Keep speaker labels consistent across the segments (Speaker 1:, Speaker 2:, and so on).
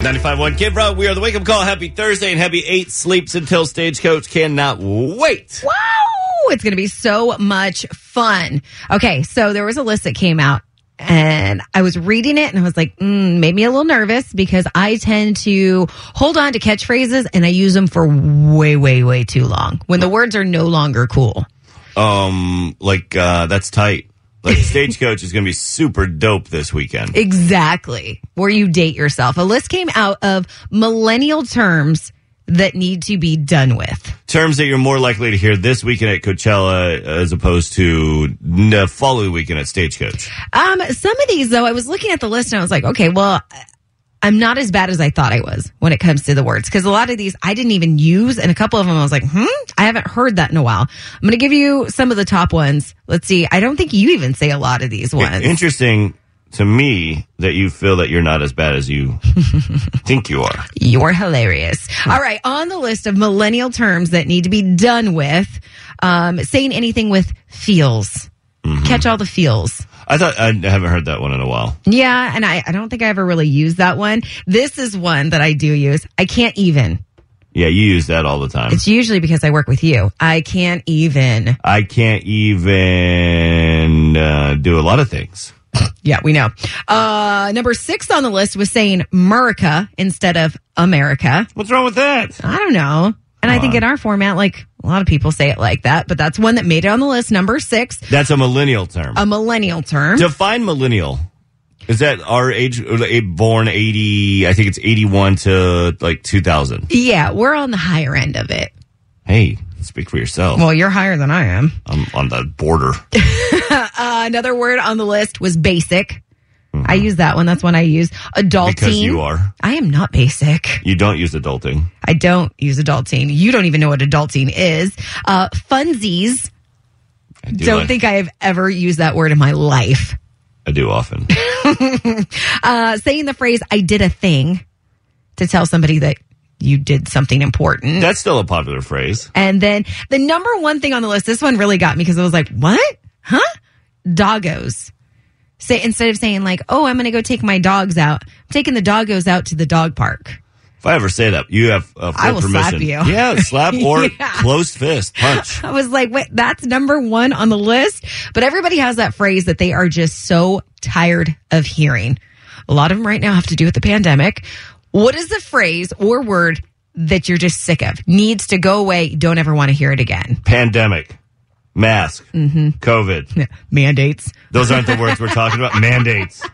Speaker 1: 95.1 Kid Rock, we are the wake up call. Happy Thursday and happy eight sleeps until Stagecoach cannot wait.
Speaker 2: Whoa! It's going to be so much fun. Okay, so there was a list that came out, and I was reading it, and I was like, mm, made me a little nervous because I tend to hold on to catchphrases and I use them for way, way, way too long when the words are no longer cool.
Speaker 1: Um, like, uh, that's tight. Like, Stagecoach is going to be super dope this weekend.
Speaker 2: Exactly. Where you date yourself. A list came out of millennial terms that need to be done with.
Speaker 1: Terms that you're more likely to hear this weekend at Coachella as opposed to the following weekend at Stagecoach.
Speaker 2: Um, some of these though, I was looking at the list and I was like, okay, well, I'm not as bad as I thought I was when it comes to the words because a lot of these I didn't even use, and a couple of them I was like, hmm, I haven't heard that in a while. I'm going to give you some of the top ones. Let's see. I don't think you even say a lot of these ones.
Speaker 1: Interesting to me that you feel that you're not as bad as you think you are.
Speaker 2: You're hilarious. All right, on the list of millennial terms that need to be done with, um, saying anything with feels. Catch all the feels.
Speaker 1: I thought I haven't heard that one in a while.
Speaker 2: Yeah, and I, I don't think I ever really used that one. This is one that I do use. I can't even.
Speaker 1: Yeah, you use that all the time.
Speaker 2: It's usually because I work with you. I can't even.
Speaker 1: I can't even uh, do a lot of things.
Speaker 2: Yeah, we know. Uh, number six on the list was saying America instead of America.
Speaker 1: What's wrong with that?
Speaker 2: I don't know. And I think in our format, like a lot of people say it like that, but that's one that made it on the list. Number six,
Speaker 1: That's a millennial term.
Speaker 2: a millennial term.
Speaker 1: Define millennial. Is that our age? or the- Born eighty? I think it's eighty-one to like two thousand.
Speaker 2: yeah, we're on the higher end of it.
Speaker 1: Hey, speak for yourself.
Speaker 2: Well, you're higher than I am.
Speaker 1: I'm on the border.
Speaker 2: Uh, another word on the list was basic. I use that one. That's one I use. Adulting.
Speaker 1: Because you are.
Speaker 2: I am not basic.
Speaker 1: You don't use adulting.
Speaker 2: I don't use adulting. You don't even know what adulting is. Uh, funsies.
Speaker 1: I do
Speaker 2: Don't
Speaker 1: I-
Speaker 2: think I have ever used that word in my life.
Speaker 1: I do often.
Speaker 2: Uh, saying the phrase "I did a thing" to tell somebody that you did something important.
Speaker 1: That's still a popular phrase.
Speaker 2: And then the number one thing on the list, this one really got me because I was like, what? Huh? Doggos. Say instead of saying like, oh, I'm gonna go take my dogs out, I'm taking the doggos out to the dog park.
Speaker 1: If I ever say that, you have uh, full
Speaker 2: I will
Speaker 1: permission.
Speaker 2: slap you.
Speaker 1: Yeah, slap or
Speaker 2: Yeah.
Speaker 1: closed fist punch.
Speaker 2: I was like, wait, that's number one on the list. But everybody has that phrase that they are just so tired of hearing. A lot of them right now have to do with the pandemic. What is the phrase or word that you're just sick of? Needs to go away. You Don't ever want to hear it again.
Speaker 1: Pandemic, mask,
Speaker 2: Mm-hmm.
Speaker 1: COVID.
Speaker 2: Mandates.
Speaker 1: Those aren't the words we're talking about. Mandates.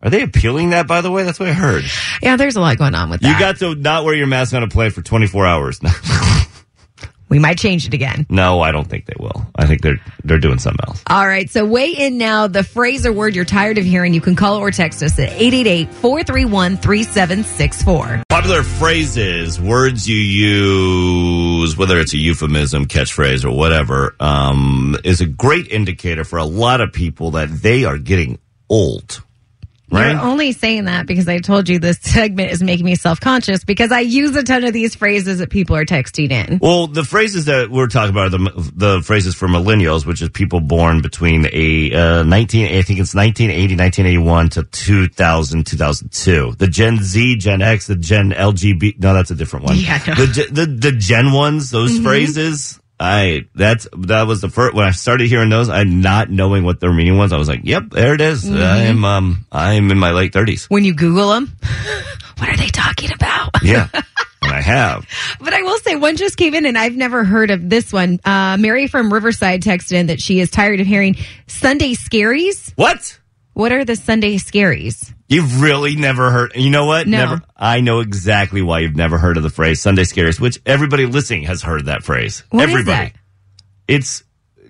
Speaker 1: Are they appealing that? By the way, that's what I heard.
Speaker 2: Yeah, there's a lot going on with that.
Speaker 1: You got to not wear your mask on a plane for 24 hours.
Speaker 2: we might change it again.
Speaker 1: no, I don't think they will. I think they're they're doing something else.
Speaker 2: All right, so weigh in now. The phrase or word you're tired of hearing, you can call or text us at 888 431 3764.
Speaker 1: Popular phrases, words you use, whether it's a euphemism, catchphrase, or whatever, um, is a great indicator for a lot of people that they are getting old. Right?
Speaker 2: You're only saying that because I told you this segment is making me self conscious because I use a ton of these phrases that people are texting in.
Speaker 1: Well, the phrases that we're talking about are the, the phrases for millennials, which is people born between a uh, 19, I think it's 1980, 1981 to 2000, 2002. The Gen Z, Gen X, the Gen LGB. No, that's a different one.
Speaker 2: Yeah, I know. Mm-hmm.
Speaker 1: The, ge- the, the Gen ones, those phrases. I, that's, that was the first, when I started hearing those, I'm not knowing what their meaning was. I was like, yep,
Speaker 2: Mm-hmm.
Speaker 1: there it is. I am, um, I am in my late 30s.
Speaker 2: When you Google them, what are they talking talking about?
Speaker 1: Yeah. and I have.
Speaker 2: But I will say, one just came in, and I've never heard of this one. Uh, Mary from Riverside texted in that she is tired of hearing Sunday scaries.
Speaker 1: What?
Speaker 2: What are the Sunday scaries?
Speaker 1: You've really never heard. You know what?
Speaker 2: No.
Speaker 1: Never. I know exactly why you've never heard of the phrase Sunday scaries, which everybody listening has heard that phrase.
Speaker 2: What is
Speaker 1: everybody.
Speaker 2: that?
Speaker 1: It's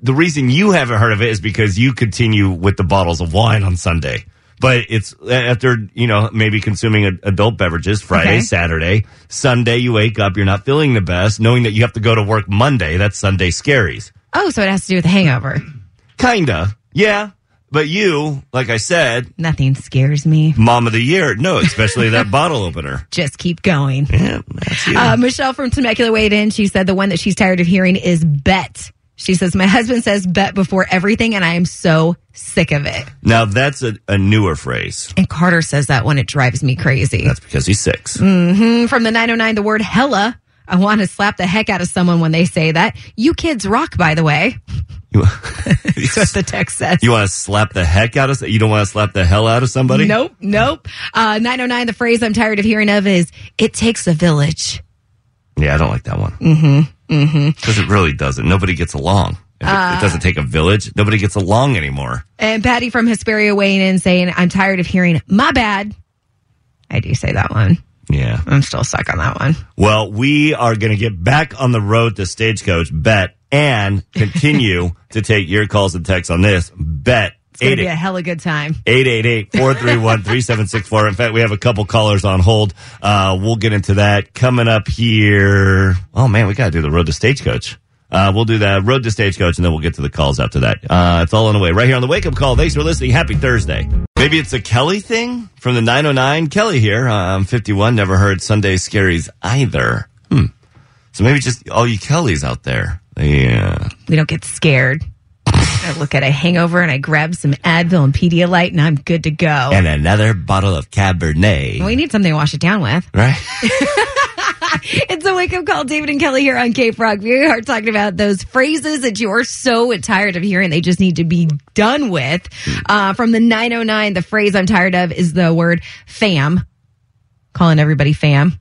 Speaker 1: the reason you haven't heard of it is because you continue with the bottles of wine on Sunday. But it's after, you know, maybe consuming a, adult beverages Friday,
Speaker 2: Okay.
Speaker 1: Saturday, Sunday, you wake up, you're not feeling the best, knowing that you have to go to work Monday. That's Sunday scaries.
Speaker 2: Oh, so it has to do with the hangover.
Speaker 1: Kinda. Yeah. But you, like I said,
Speaker 2: Nothing scares me.
Speaker 1: mom of the year. No, especially that bottle opener.
Speaker 2: Just keep going.
Speaker 1: Yeah, that's you.
Speaker 2: Uh, Michelle from Temecula weighed in. She said the one that she's tired of hearing is bet. She says, My husband says bet before everything, and I am so sick of it.
Speaker 1: now that's a, a newer phrase.
Speaker 2: And Carter says that one, it drives me crazy.
Speaker 1: That's because he's six.
Speaker 2: Mm. And from the 909, the word hella. I want to slap the heck out of someone when they say that. You kids rock, by the way.
Speaker 1: You,
Speaker 2: That's what the text says.
Speaker 1: you want to slap the heck out of? You don't want to slap the hell out of somebody?
Speaker 2: Nope, nope. Uh, 909, the phrase I'm tired of hearing of is, it takes a village.
Speaker 1: Yeah, I don't like that one. Mm-hmm. Mm-hmm. Because it really doesn't. Nobody gets along. If it-
Speaker 2: Ah.
Speaker 1: it doesn't take a village. Nobody gets along anymore.
Speaker 2: And Patty from Hesperia weighing in saying, I'm tired of hearing, my bad. I do say that one.
Speaker 1: Yeah.
Speaker 2: I'm still stuck on that one.
Speaker 1: Well, we are going to get back on the road to Stagecoach Bet and continue to take your calls and texts on this Bet.
Speaker 2: It's going
Speaker 1: Eight-
Speaker 2: to be a hella good time.
Speaker 1: 888-431-3764. In fact, we have a couple callers on hold. Uh, we'll get into that coming up here. Oh man, we got to do the road to stagecoach. Uh, we'll do the road to stagecoach and then we'll get to the calls after that. Uh, it's all on the way right here on the wake up call. Thanks for listening. Happy Thursday. Maybe it's a Kelly thing from the 909. Kelly here. Um, 51. Never heard Sunday scaries either. Hmm. So maybe just all you Kellys out there. Yeah.
Speaker 2: We don't get scared. I look at a hangover and I grab some Advil and Pedialyte and I'm good to go.
Speaker 1: And another bottle of Cabernet.
Speaker 2: we need something to wash it down with.
Speaker 1: right?
Speaker 2: It's a wake up call. David and Kelly here on Cape Rock. We are talking about those phrases that you are so tired of hearing. They just need to be done with. Uh, from the 909, the phrase I'm tired of is the word fam. Calling everybody fam.
Speaker 1: Um,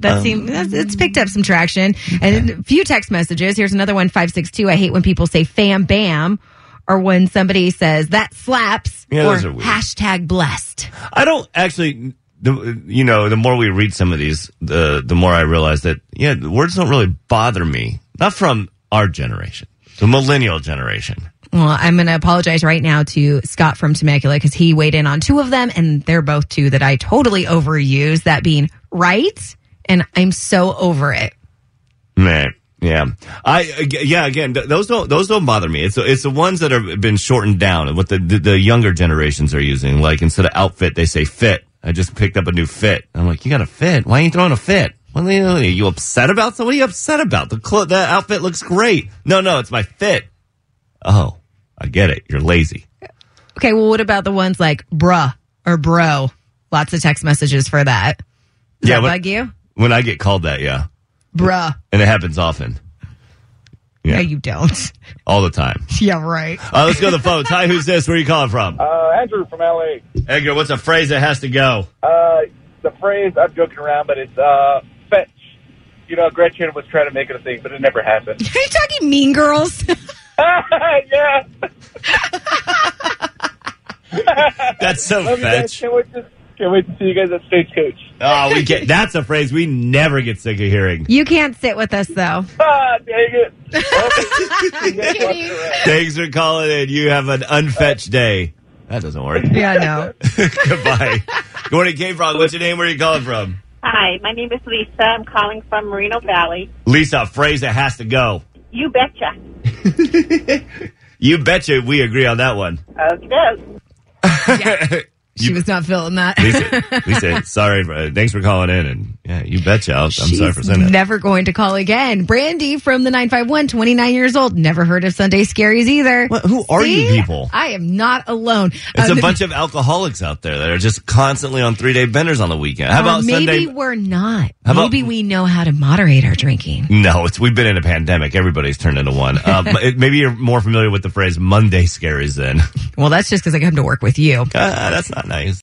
Speaker 2: That seems that's, it's picked up some traction and a few text messages. Here's another one five six two. I hate when people say fam bam, or when somebody says that slaps
Speaker 1: Yeah,
Speaker 2: or
Speaker 1: those are weird.
Speaker 2: hashtag blessed.
Speaker 1: I don't actually. The, you know, the more we read some of these, the the more I realize that yeah, the words don't really bother me. Not from our generation, the millennial generation.
Speaker 2: Well, I'm going to apologize right now to Scott from Temecula because he weighed in on two of them, and they're both two that I totally overuse. That being right, and I'm so over it.
Speaker 1: Meh. Yeah, I ag- yeah again th- those don't those don't bother me. It's the, it's the ones that have been shortened down and what the, the the younger generations are using. Like instead of outfit, they say fit. I just picked up a new fit. I'm like, you got a fit? Why are you throwing a fit? What are you, are you upset about? So what are you upset about? The clo- the outfit looks great. No, no, it's my fit. Oh, I get it. You're lazy.
Speaker 2: Okay, well, what about the ones like bruh or bro? Lots of text messages for that. Does
Speaker 1: Yeah,
Speaker 2: that
Speaker 1: but-
Speaker 2: bug you?
Speaker 1: When I get called that, yeah,
Speaker 2: Bruh.
Speaker 1: and it happens often, Yeah.
Speaker 2: No, you don't.
Speaker 1: all the time.
Speaker 2: yeah, right.
Speaker 1: Uh, let's go to the phones. Hi, who's this? Where are you calling from?
Speaker 3: Uh, Andrew from LA.
Speaker 1: Edgar, what's a phrase that has to go?
Speaker 3: Uh, the phrase I'm joking around, but it's uh, fetch. You know, Gretchen was trying to make it a thing, but it never happened.
Speaker 2: Are you talking mean girls?
Speaker 3: yeah,
Speaker 1: That's so
Speaker 3: love you guys.
Speaker 1: fetch.
Speaker 3: Can't wait to can't wait to see you guys at Stagecoach.
Speaker 1: Oh, we get that's a phrase we never get sick of hearing.
Speaker 2: you can't sit with us, though.
Speaker 3: Ah, dang it!
Speaker 1: Thanks for calling in. You have an unfetched day. That doesn't work.
Speaker 2: Yeah, no.
Speaker 1: Goodbye. Good morning, K Frog. What's your name? Where are you calling from?
Speaker 4: Hi, my name is Lisa. I'm calling from Moreno Valley.
Speaker 1: Lisa, a phrase that has to go.
Speaker 4: You betcha.
Speaker 1: You betcha we agree on that one.
Speaker 4: Okie doke.
Speaker 2: She was not feeling that.
Speaker 1: Lisa, Lisa sorry. For, thanks for calling in. And yeah, you betcha. I'll, I'm sorry for saying that.
Speaker 2: Never going to call again. Brandy from the 951, 29 years old. Never heard of Sunday Scaries either.
Speaker 1: What- who are you
Speaker 2: See?
Speaker 1: people?
Speaker 2: I am not alone.
Speaker 1: It's
Speaker 2: Um,
Speaker 1: a bunch of alcoholics out there that are just constantly on three day benders on the weekend. How
Speaker 2: or
Speaker 1: about
Speaker 2: Uh, maybe
Speaker 1: Sunday?
Speaker 2: we're not.
Speaker 1: How about-
Speaker 2: maybe we know how to moderate our drinking.
Speaker 1: No, it's we've been in a pandemic. Everybody's turned into one. Uh, m- it- maybe you're more familiar with the phrase Monday scaries. Then
Speaker 2: Well, that's just because I come to work with you.
Speaker 1: Ah, that's not nice.